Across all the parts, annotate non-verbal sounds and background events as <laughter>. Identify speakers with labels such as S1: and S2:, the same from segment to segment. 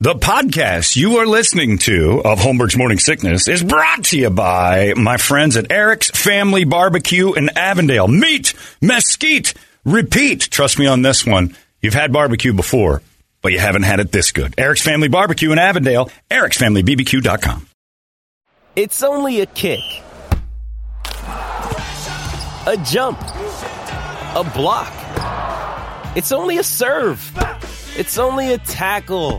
S1: The podcast you are listening to of Holmberg's Morning Sickness is brought to you by my friends at Eric's Family Barbecue in Avondale. Meat, mesquite, repeat. Trust me on this one. You've had barbecue before, but you haven't had it this good. Eric's Family Barbecue in Avondale, ericsfamilybbq.com.
S2: It's only a kick, a jump, a block. It's only a serve. It's only a tackle,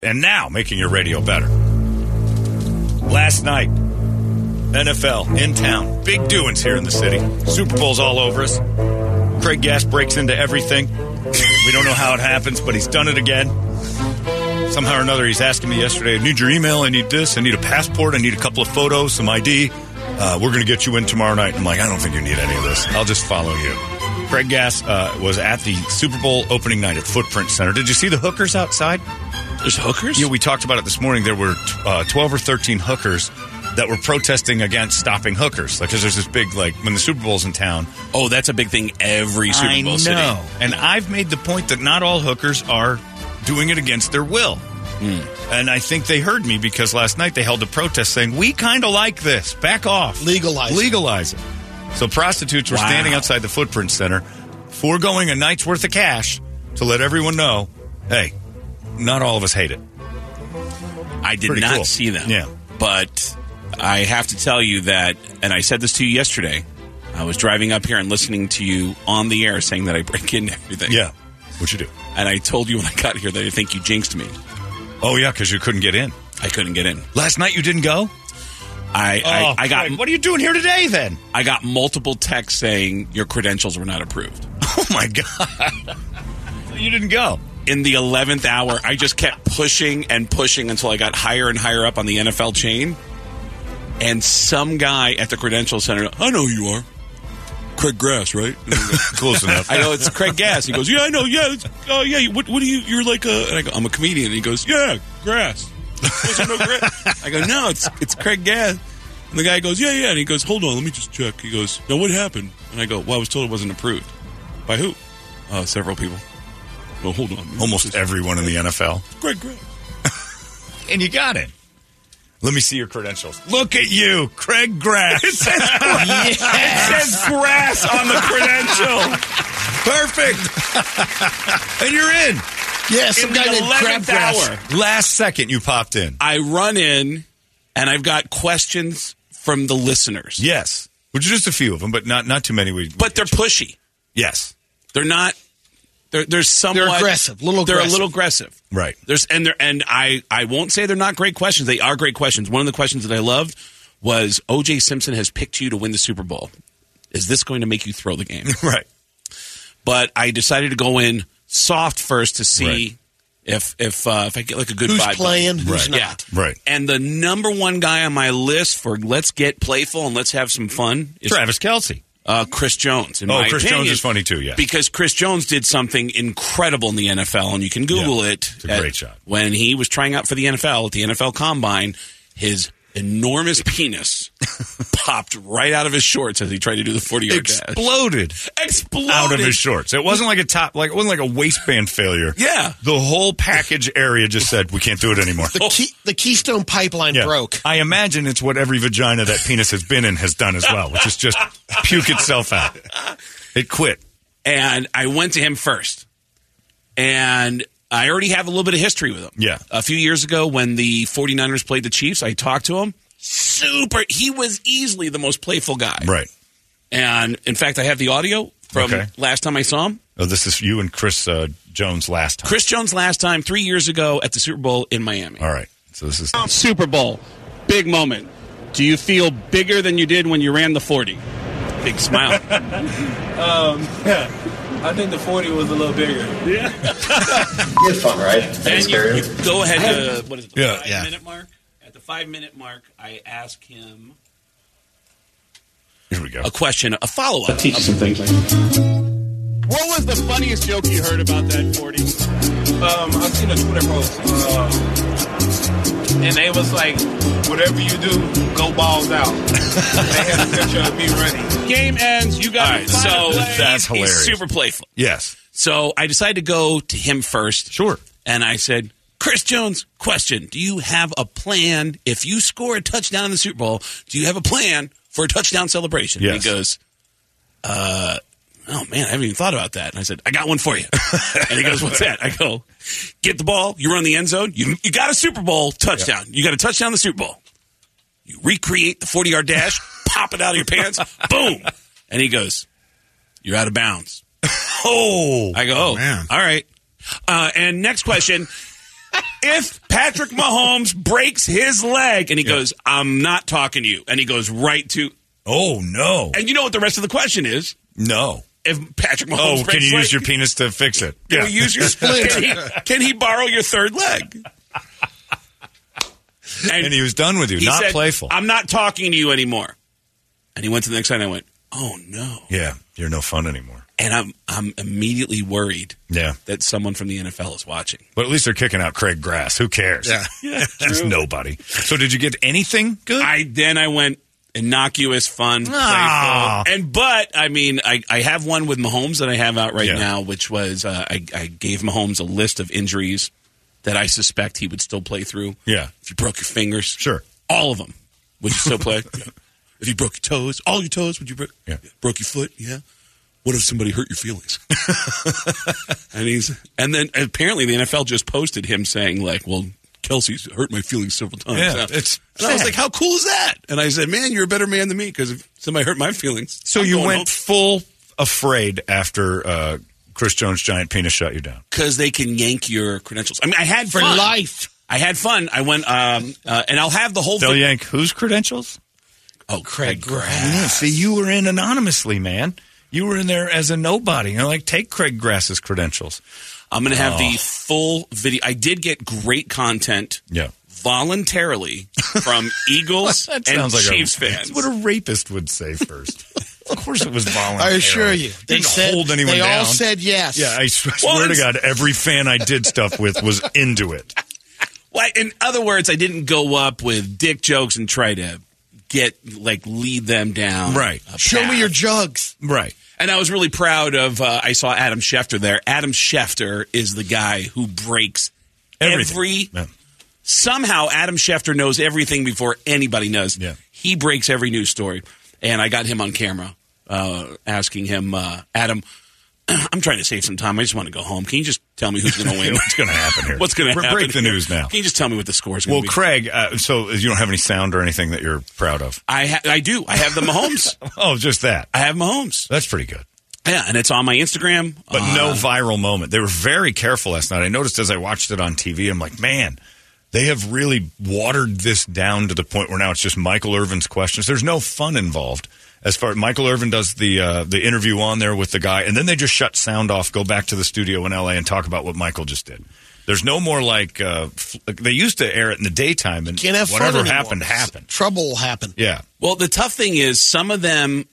S1: And now, making your radio better. Last night, NFL in town. Big doings here in the city. Super Bowl's all over us. Craig Gass breaks into everything. We don't know how it happens, but he's done it again. Somehow or another, he's asking me yesterday, I need your email, I need this, I need a passport, I need a couple of photos, some ID. Uh, we're going to get you in tomorrow night. I'm like, I don't think you need any of this. I'll just follow you. Craig Gass uh, was at the Super Bowl opening night at Footprint Center. Did you see the hookers outside?
S3: There's hookers?
S1: Yeah, we talked about it this morning. There were uh, 12 or 13 hookers that were protesting against stopping hookers. Like, because there's this big, like, when the Super Bowl's in town.
S3: Oh, that's a big thing every Super Bowl
S1: I know.
S3: city.
S1: And I've made the point that not all hookers are doing it against their will. Hmm. And I think they heard me because last night they held a protest saying, we kind of like this. Back off.
S4: Legalize it."
S1: Legalize it. So prostitutes were
S3: Wow.
S1: standing outside the Footprint Center, foregoing a night's worth of cash to let everyone know, hey, not all of us hate it.
S3: I did
S1: Pretty
S3: not
S1: cool.
S3: see them.
S1: Yeah.
S3: But I have to tell you that, and I said this to you yesterday. I was driving up here and listening to you on the air saying that I break into everything.
S1: Yeah. What you do?
S3: And I told you when I got here that I think you jinxed me.
S1: Oh yeah, because you couldn't get in
S3: I couldn't get in.
S1: last night. You didn't go.
S3: I, I, I got
S1: Craig, Oh, what are you doing here today? Then?
S3: I got multiple texts saying your credentials were not approved.
S1: <laughs> Oh my god! <laughs> you didn't go.
S3: in the 11th hour, I just kept pushing and pushing until I got higher and higher up on the NFL chain. And some guy at the credential center, I know who you are. Craig Grass, right? And I go,
S1: Close <laughs> enough.
S3: I know it's Craig Grass. He goes, Yeah, I know. Yeah, it's, uh, yeah. you- What, what do you? You're like a. And I go, I'm a comedian. And he goes, Yeah, Grass. Those are no Grass. I go, No, it's it's Craig Grass. And the guy goes, Yeah, yeah. And he goes, Hold on, let me just check. He goes, No, what happened? And I go, Well, I was told it wasn't approved. By who? Uh, several people. Well, hold on.
S1: Almost everyone in the NFL,
S3: Greg, Greg.
S1: and you got it. Let me see your credentials. Look at you, Craig Grass. <laughs> it, says grass. it says grass on the
S4: <laughs>
S1: credential. Perfect. <laughs> and you're in.
S4: Yeah, some
S3: In
S4: guy
S3: the
S4: named
S3: 11th
S4: Crabgrass.
S3: hour.
S1: Last second, you popped in.
S3: I run in, and I've got questions from the listeners.
S1: Yes, which are just a few of them, but not not too many. We
S3: But they're pushy.
S1: yes,
S3: They're not. They're, they're somewhat.
S4: aggressive, little
S3: They're
S4: aggressive.
S3: a little aggressive.
S1: Right.
S3: There's and they're and I I won't say they're not great questions. They are great questions. One of the questions that I loved was O.J. Simpson has picked you to win the Super Bowl. Is this going to make you throw the
S4: <laughs>
S3: game?
S1: right.
S3: but I decided to go in soft first to see
S1: Right.
S3: if if uh, if I get like a good
S4: Who's
S3: vibe.
S4: playing, who's
S3: Right.
S4: not.
S3: Yeah.
S1: Right.
S3: And the number one guy on my list for let's get playful and let's have some fun is
S1: Travis Kelsey.
S3: uh, Chris Jones. in
S1: Oh,
S3: my
S1: Chris
S3: opinion,
S1: Jones is funny too, yeah.
S3: because Chris Jones did something incredible in the NFL, and you can Google
S1: Yeah,
S3: it.
S1: it's a great shot.
S3: When he was trying out for the NFL at the NFL Combine, his enormous <laughs> penis popped right out of his shorts as he tried to do the 40 yard dash.
S1: Exploded
S3: Exploded.
S1: out of his shorts. It wasn't like a top, like it wasn't like a waistband failure.
S3: <laughs> Yeah.
S1: the whole package area just said we can't do it
S3: <laughs>
S1: anymore.
S4: The, key, the Keystone Pipeline
S1: Oh. Yeah.
S4: broke.
S1: I imagine it's what every vagina that penis has been in has done as well, which is just puke itself out. It quit.
S3: and I went to him first. And I already have a little bit of history with him.
S1: Yeah.
S3: A few years ago when the 49ers played the Chiefs, I talked to him. Super. He was easily the most playful guy.
S1: Right.
S3: And in fact, I have the audio from
S1: Okay.
S3: last time I saw him.
S1: Oh, this is you and Chris uh, Jones last time.
S3: Chris Jones last time, three years ago at the Super Bowl in Miami.
S1: All right. So this is
S3: Super Bowl, big moment. Do you feel bigger than you did when you ran the 40? Big <laughs> smile.
S5: Um, I think the 40 was a little bigger. <laughs>
S6: You had fun, right?
S3: And
S6: Thanks,
S3: you,
S6: Barry.
S3: you go ahead to what is it? The
S1: Yeah,
S3: five
S4: yeah.
S3: minute mark. At the five minute mark, I ask him
S1: here we go.
S3: a question, a follow up.
S6: Teach you some things, man.
S7: What was the funniest joke you heard about that 40?
S5: Um, I've seen a Twitter post. Um, and they was like, whatever you do, go balls out. <laughs> they had a picture of me running.
S7: Game ends. You
S3: All
S7: got
S3: right, so
S1: That's
S3: he's- he's
S1: hilarious.
S3: super playful.
S1: Yes.
S3: So I decided to go to him first.
S1: Sure.
S3: And I said, Chris Jones, question: Do you have a plan if you score a touchdown in the Super Bowl? Do you have a plan for a touchdown celebration? And
S1: Yes.
S3: he goes, uh, "Oh man, I haven't even thought about that." And I said, "I got one for you." and he goes, "What's that?" I go, "Get the ball. You run the end zone. You you got a Super Bowl touchdown. You got a touchdown in the Super Bowl. You recreate the forty yard dash, pop it out of your pants, boom." And he goes, "You're out of bounds."
S1: Oh.
S3: I go, oh,
S8: man.
S3: all right. Uh, and next question.
S1: <laughs>
S3: if Patrick Mahomes breaks his leg and he goes, I'm not talking to you. And he goes right to,
S1: Oh no.
S3: and you know what the rest of the question is?
S1: No.
S3: If Patrick Mahomes
S1: Oh,
S3: breaks
S1: can you
S3: leg,
S1: use your penis to fix it?
S3: can we use your
S1: <laughs>
S3: split? can, he, can he borrow your third leg?
S1: And he was done with you.
S3: he
S1: Not
S3: said,
S1: playful.
S3: I'm not talking to you anymore. And he went to the next side and I went, oh no.
S1: yeah. You're no fun anymore.
S3: And I'm, I'm immediately worried
S1: Yeah.
S3: that someone from the NFL is watching.
S1: But at least they're kicking out Craig Grass. Who cares? <laughs>
S8: Yeah.
S1: There's nobody. So did you get anything good?
S3: I then I went innocuous, fun,
S1: Ah.
S3: playful, and but I mean I, I have one with Mahomes that I have out right
S1: Yeah.
S3: now, which was uh, I, I gave Mahomes a list of injuries that I suspect he would still play through.
S1: Yeah.
S3: if you broke your fingers,
S1: Sure.
S3: all of them, would you
S1: <laughs>
S3: still play? Yeah. If you broke your toes, all your toes, would you break?
S1: Yeah.
S3: Broke your foot? Yeah. What if somebody hurt
S1: <laughs>
S3: your feelings? and he's and then apparently the NFL just posted him saying like, well. Kelsey's hurt my feelings several times.
S1: Yeah, it's
S3: and I was
S1: sad.
S3: like, how cool is that? And I said, man, you're a better man than me because if somebody hurt my feelings.
S1: So
S3: I'm
S1: you
S3: going
S1: went
S3: home.
S1: full afraid after uh, Chris Jones' giant penis shut you down.
S3: because they can yank your credentials. I mean, I had
S4: For
S3: fun.
S4: life.
S3: I had fun. I went, um, uh, and I'll have the whole
S1: They'll
S3: thing.
S1: yank whose credentials?
S3: Oh, Craig Grass.
S1: Yeah, see, you were in anonymously, man. You were in there as a nobody. You're like, take Craig Grass's credentials.
S3: I'm going to have
S1: Oh.
S3: the full video. I did get great content
S1: Yeah.
S3: voluntarily
S1: <laughs>
S3: from Eagles and Chiefs fans.
S1: That's what a rapist would say first. of course, it was voluntary.
S4: <laughs> I assure you.
S1: They
S4: They
S1: didn't
S4: said,
S1: hold anyone
S4: They
S1: down.
S4: all said yes.
S1: yeah, I swear,
S3: Well,
S1: swear to
S3: it's-
S1: God, every fan I did stuff with was into it.
S3: Well, in other words, I didn't go up with dick jokes and try to get, like, lead them down.
S1: Right.
S3: a
S4: Show
S3: path.
S4: me your jugs.
S1: Right.
S3: And I was really proud of. Uh, I saw Adam Schefter there. Adam Schefter is the guy who breaks
S1: Everything.
S3: every.
S1: Yeah.
S3: Somehow, Adam Schefter knows everything before anybody knows.
S1: Yeah.
S3: He breaks every news story, and I got him on camera uh, asking him, uh, Adam. <clears throat> I'm trying to save some time. I just want to go home. Can you just tell me who's going
S1: <laughs>
S3: to win?
S1: What's gonna happen here?
S3: What's going to
S1: Break
S3: happen?
S1: the
S3: here?
S1: news now.
S3: Can you just tell me what the score is?
S1: Well,
S3: Going to be?
S1: Craig, uh, so you don't have any sound or anything that you're proud of?
S3: I ha- I do. I have
S1: <laughs>
S3: the Mahomes.
S1: Oh, just that.
S3: I have Mahomes.
S1: That's pretty good.
S3: Yeah, and it's on my Instagram.
S1: But
S3: Uh,
S1: no viral moment. They were very careful last night. I noticed as I watched it on TV, I'm like, man, they have really watered this down to the point where now it's just Michael Irvin's questions. There's no fun involved. As far Michael Irvin does the uh, the interview on there with the guy, and then they just shut sound off, go back to the studio in LA, and talk about what Michael just did. There's no more like uh, f- like, they used to air it in the daytime, and
S4: Can't have fun
S1: whatever
S4: anymore.
S1: happened happened.
S4: Trouble will happen.
S1: Yeah,
S3: Well, the tough thing is some of them.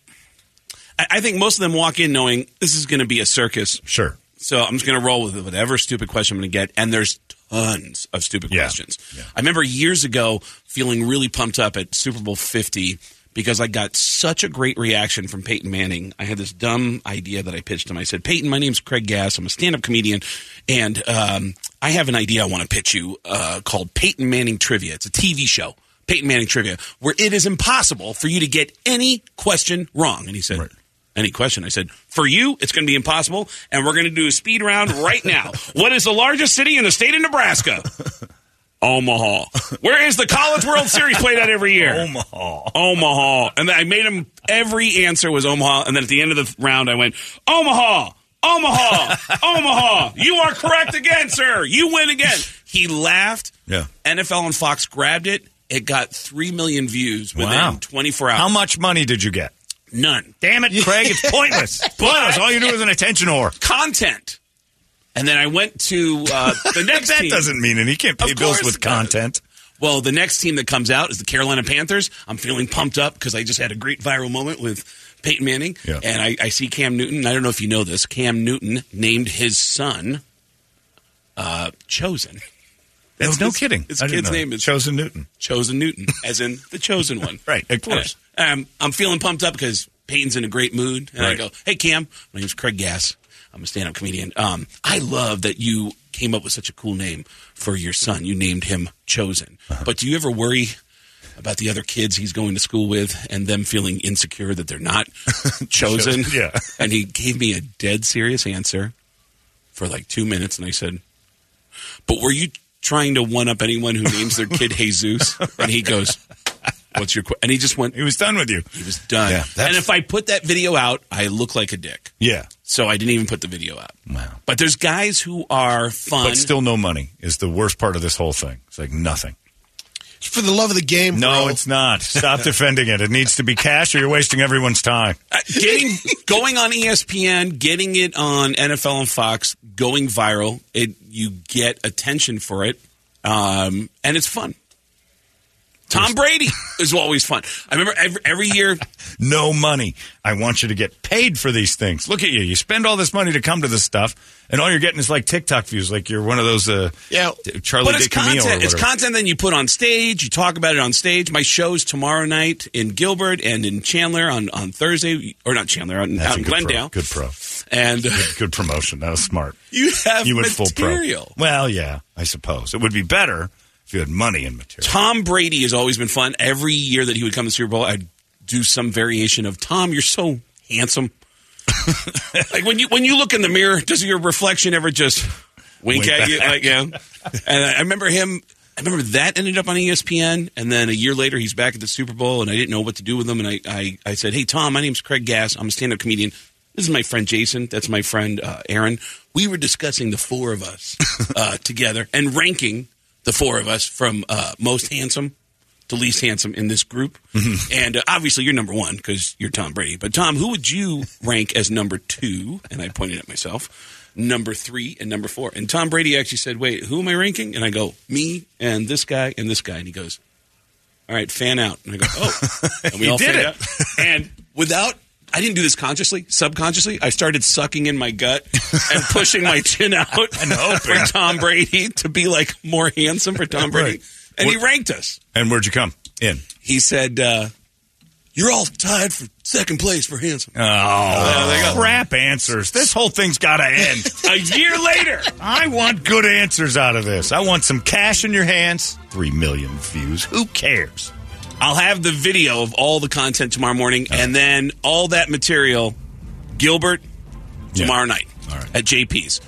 S3: I, I think most of them walk in knowing this is going to be a circus,
S1: sure.
S3: so I'm just going to roll with it, whatever stupid question I'm going to get. And there's tons of stupid
S1: Yeah.
S3: questions.
S1: Yeah.
S3: I remember years ago feeling really pumped up at Super Bowl 50 because I got such a great reaction from Peyton Manning. I had this dumb idea that I pitched him. I said, Peyton, my name's Craig Gass. I'm a stand up comedian, and um, I have an idea I want to pitch you uh, called Peyton Manning Trivia. It's a TV show. Peyton Manning trivia, where it is impossible for you to get any question wrong. And he said, Any question? I said, For you, it's going to be impossible. And we're going to do a speed round right now. what is the largest city in the state of Nebraska? Omaha. Where is the College World Series played out every year?
S1: Omaha.
S3: Omaha. And I made him every answer was Omaha. And then at the end of the round, I went Omaha,
S1: <laughs>
S3: Omaha, Omaha. You are correct again, sir. You win again. He laughed.
S1: Yeah.
S3: NFL and Fox grabbed it. It got three million views within
S1: Wow.
S3: 24 hours.
S1: How much money did you get?
S3: None.
S1: Damn it, Craig! <laughs> It's pointless. pointless. All you do is an attention whore.
S3: Content. And then I went to uh, the next.
S1: <laughs> <laughs> That
S3: team.
S1: doesn't mean it. He can't pay
S3: Of
S1: bills
S3: course
S1: with
S3: it does.
S1: content.
S3: Well, the next team that comes out is the Carolina Panthers. I'm feeling pumped up because I just had a great viral moment with Peyton Manning.
S1: Yeah.
S3: And I, I see Cam Newton. I don't know if you know this. Cam Newton named his son uh, Chosen. That's
S1: no, no
S3: his-
S1: kidding.
S3: His
S1: I didn't
S3: kid's
S1: know
S3: name
S1: that.
S3: is
S1: Chosen <laughs> Newton.
S3: Chosen Newton, as in the chosen one.
S1: <laughs> Right, of course.
S3: And I- um, I'm feeling pumped up because Peyton's in a great mood. And I
S1: Right.
S3: go, hey, Cam, my name's Craig Gass. I'm a stand up comedian. Um, I love that you came up with such a cool name for your son. You named him Chosen.
S1: Uh-huh.
S3: But do you ever worry about the other kids he's going to school with and them feeling insecure that they're not chosen?
S1: <laughs> yeah.
S3: <laughs> And he gave me a dead serious answer for like two minutes. And I said, but were you trying to one up anyone who names
S1: <laughs>
S3: their kid Jesus? And he goes, What's your qu-? And he just went,
S1: He was done with you.
S3: He was done.
S1: Yeah, that's-
S3: and if I put that video out, I look like a dick.
S1: Yeah.
S3: So I didn't even put the video out.
S1: Wow.
S3: But there's guys who are fun.
S1: Mm. But still, no money is the worst part of this whole thing. It's like nothing.
S4: It's for the love of the game.
S1: No,
S4: bro.
S1: it's <laughs> not. Stop defending it. It needs to be cash, or you're wasting everyone's time.
S3: Uh,
S1: <laughs>
S3: getting going on E ESPN, getting it on NFL and Fox, going viral. It you get attention for it, um, and it's fun. Tom Brady is always fun. I remember every, every year
S1: No money. I want you to get paid for these things. Look at you. You spend all this money to come to this stuff, and all you're getting is like TikTok views. Like you're one of those uh,
S4: Yeah.
S1: t- Charlie
S3: but it's
S1: Dick Camille or
S3: content. It's
S1: whatever.
S3: content then you put on stage. You talk about it on stage. My show's tomorrow night in Gilbert and in Chandler on, on Thursday, or not Chandler, on,
S1: That's
S3: out
S1: a
S3: in
S1: good pro-
S3: Glendale.
S1: Good pro.
S3: And uh,
S1: Good promotion. That was smart.
S3: you have
S1: you went full pro.
S3: material.
S1: Well, yeah, I suppose it would be better if you had money and material.
S3: Tom Brady has always been fun. Every year that he would come to the Super Bowl, I'd do some variation of Tom. You're so handsome. <laughs> like when you when you look in the mirror, does your reflection ever just wink,
S1: Wink
S3: at
S1: back.
S3: you? Like, yeah. And I I remember him. I remember that ended up on E ESPN, and then a year later, he's back at the Super Bowl, and I didn't know what to do with him. And I, I, I said, "Hey, Tom, my name's Craig Gass. I'm a stand-up comedian. This is my friend Jason. That's my friend uh, Aaron. We were discussing the four of us uh, <laughs> together and ranking the four of us from uh, most handsome to least handsome in this group.
S1: Mm-hmm.
S3: And uh, obviously, you're number one because you're Tom Brady. But Tom, who would you rank as number two? And I pointed at myself, number three and number four. And Tom Brady actually said, "Wait, who am I ranking?" And I go, "Me and this guy and this guy." And he goes, "All right, fan out." And I go,
S1: <laughs>
S3: "Oh," and we
S1: He
S3: all
S1: did
S3: fan
S1: it.
S3: out. And without. I didn't do this consciously, subconsciously. I started sucking in my gut and
S1: <laughs>
S3: pushing my chin out
S1: And hoping.
S3: for Tom Brady to be like more handsome for Tom
S1: <laughs>
S3: Brady.
S1: Right.
S3: And he
S1: What-
S3: ranked us
S1: And where'd you come in?
S3: he said, uh, "You're all tied for second place for handsome."
S1: Oh, crap answers. This whole thing's got to
S3: <laughs>
S1: end.
S3: A year later,
S1: I want good answers out of this. I want some cash in your hands. Three million views. Who cares?
S3: <laughs> I'll have the video of all the content tomorrow morning, and then all that material, Gilbert,
S1: Yeah.
S3: tomorrow night
S1: All right.
S3: at JP's,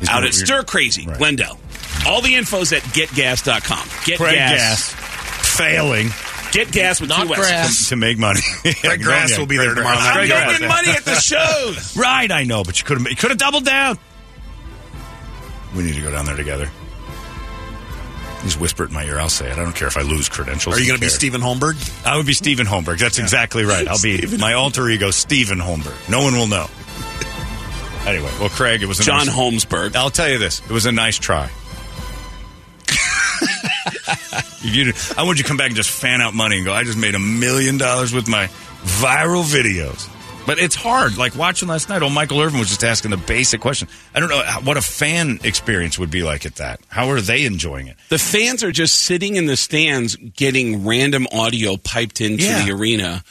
S1: He's
S3: out
S1: gonna-
S3: at Stir Crazy,
S1: Right.
S3: Glendale. All the info's at getgas.com. Get
S1: Craig
S3: gas.
S1: Gas failing
S3: Get gas with
S4: Not
S3: two S's.
S4: grass.
S1: to make money. <laughs> Craig
S7: Grass will be there tomorrow night.
S3: I'm
S1: Craig Grass.
S3: making money at the
S1: <laughs>
S3: shows.
S1: Right, I know, but you could have you could have doubled down. We need to go down there together. He's whispered in my ear. I'll say it. I don't care if I lose credentials.
S4: Are you
S1: Who
S4: going to be
S1: cares?
S4: Stephen Holmberg?
S1: I would be Stephen Holmberg. That's exactly right. I'll be my alter ego, Stephen Holmberg. No one will know. Anyway, well, Craig, it was a
S3: John
S1: Nice,
S3: Holmesburg.
S1: I'll tell you this: it was a nice try. You- I want you to come back and just fan out money and go. I just made a million dollars with my viral videos. But it's hard. Like watching last night, old Michael Irvin was just asking the basic question. I don't know what a fan experience would be like at that. How are they enjoying it?
S3: The fans are just sitting in the stands getting random audio piped into
S1: Yeah.
S3: the arena.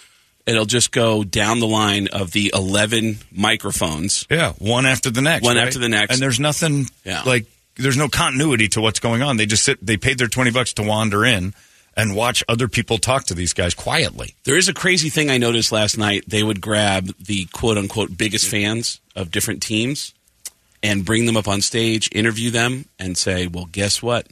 S3: It'll just go down the line of the 11 microphones.
S1: Yeah, one after the next.
S3: One
S1: right?
S3: after the next.
S1: And there's nothing
S3: Yeah.
S1: like there's no continuity to what's going on. They just sit they paid their 20 bucks to wander in and watch other people talk to these guys quietly.
S3: There is a crazy thing I noticed last night. They would grab the quote unquote biggest fans of different teams and bring them up on stage, interview them, and say, well, guess what?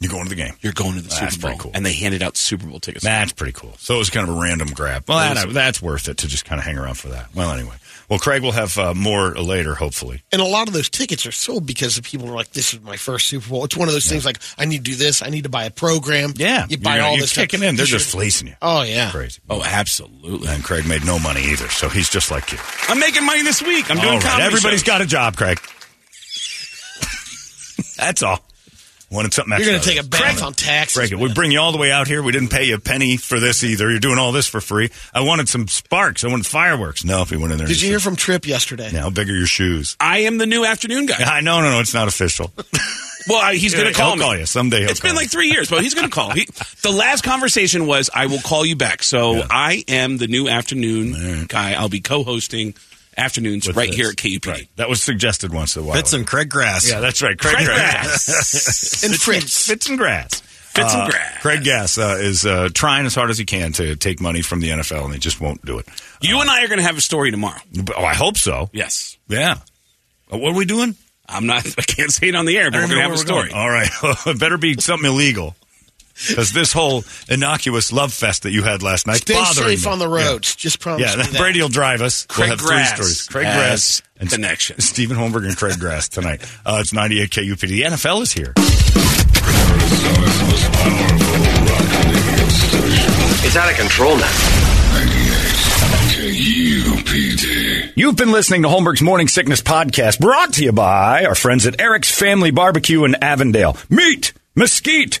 S1: You're going to the game.
S3: You're going to the
S1: Ah, That's
S3: Super Bowl.
S1: pretty cool.
S3: And they handed out Super Bowl tickets.
S1: That's pretty cool. So it was kind of a random grab. Well,
S3: That
S1: that, that's worth it to just kind of hang around for that. Well, anyway. Well, Craig will have uh, more later, hopefully.
S4: And a lot of those tickets are sold because the people are like, "This is my first Super Bowl." It's one of those things like, "I need to do this. I need to buy a program." you buy
S1: you're,
S4: all
S1: you're
S4: this
S1: kicking
S4: stuff.
S1: in. They're
S4: You
S1: just
S4: should-
S1: fleecing you.
S4: Oh yeah,
S1: Crazy.
S3: Oh, absolutely.
S1: And Craig made no money either, so he's just like you.
S3: I'm making money this week. I'm doing
S1: All right,
S3: comedy.
S1: Everybody's
S3: shows.
S1: got a job, Craig. That's all. Wanted something extra.
S4: you're going to take a bath
S1: Craig,
S4: on taxes.
S1: Craig, we bring you all the way out here. We didn't pay you a penny for this either. You're doing all this for free. I wanted some sparks. I wanted fireworks. No, if we went in there.
S4: Did
S1: he
S4: you hear
S1: said,
S4: from Trip yesterday?
S1: Now, bigger your shoes. <laughs>
S3: I am the new afternoon guy.
S1: I no, no, no. It's not official.
S3: Well, I, he's going to
S1: He'll
S3: call me.
S1: call you. Someday he'll
S3: It's been
S1: call
S3: like
S1: you.
S3: three years, but he's going to call. He, the last conversation was, "I will call you back." So
S1: Yeah.
S3: I am the new afternoon guy. I'll be co-hosting afternoons
S1: With
S3: right
S1: this.
S3: here at KUP.
S1: Right. That was suggested once in a while.
S8: Fitz and Craig Grass.
S1: Yeah, that's right. Craig,
S3: Craig
S1: Grass. <laughs>
S3: Grass.
S4: And
S1: Fitz-
S4: Fritz.
S1: Fitz and Grass.
S3: Fitz and
S1: Uh,
S3: Grass.
S1: Craig Gass uh, is uh, trying as hard as he can to take money from the NFL, and they just won't do it.
S3: You
S1: Uh-huh.
S3: and I are going to have a story tomorrow.
S1: But- Oh, I hope so.
S3: Yes,
S1: Yeah. Uh, What are we doing?
S3: I'm not. <laughs> I can't say it on the air, but we're going to have a story.
S1: All right. <laughs> it better be something illegal. Because this whole innocuous love fest that you had last night
S4: Stay
S1: bothering
S4: safe
S1: me.
S4: on the roads. Just promise
S1: Yeah,
S4: me
S1: that <laughs>
S4: that.
S1: Brady will drive us.
S3: Craig
S1: Oh, we'll have
S3: Grass
S1: three stories. Craig
S3: has
S1: Grass and
S3: connection.
S1: Stephen Holmberg and Craig Grass tonight. Uh, it's 98 KUPD. The NFL is here.
S9: It's out of control now.
S1: You've been listening to Holmberg's Morning Sickness Podcast, brought to you by our friends at Eric's Family Barbecue in Avondale. Meet, mesquite,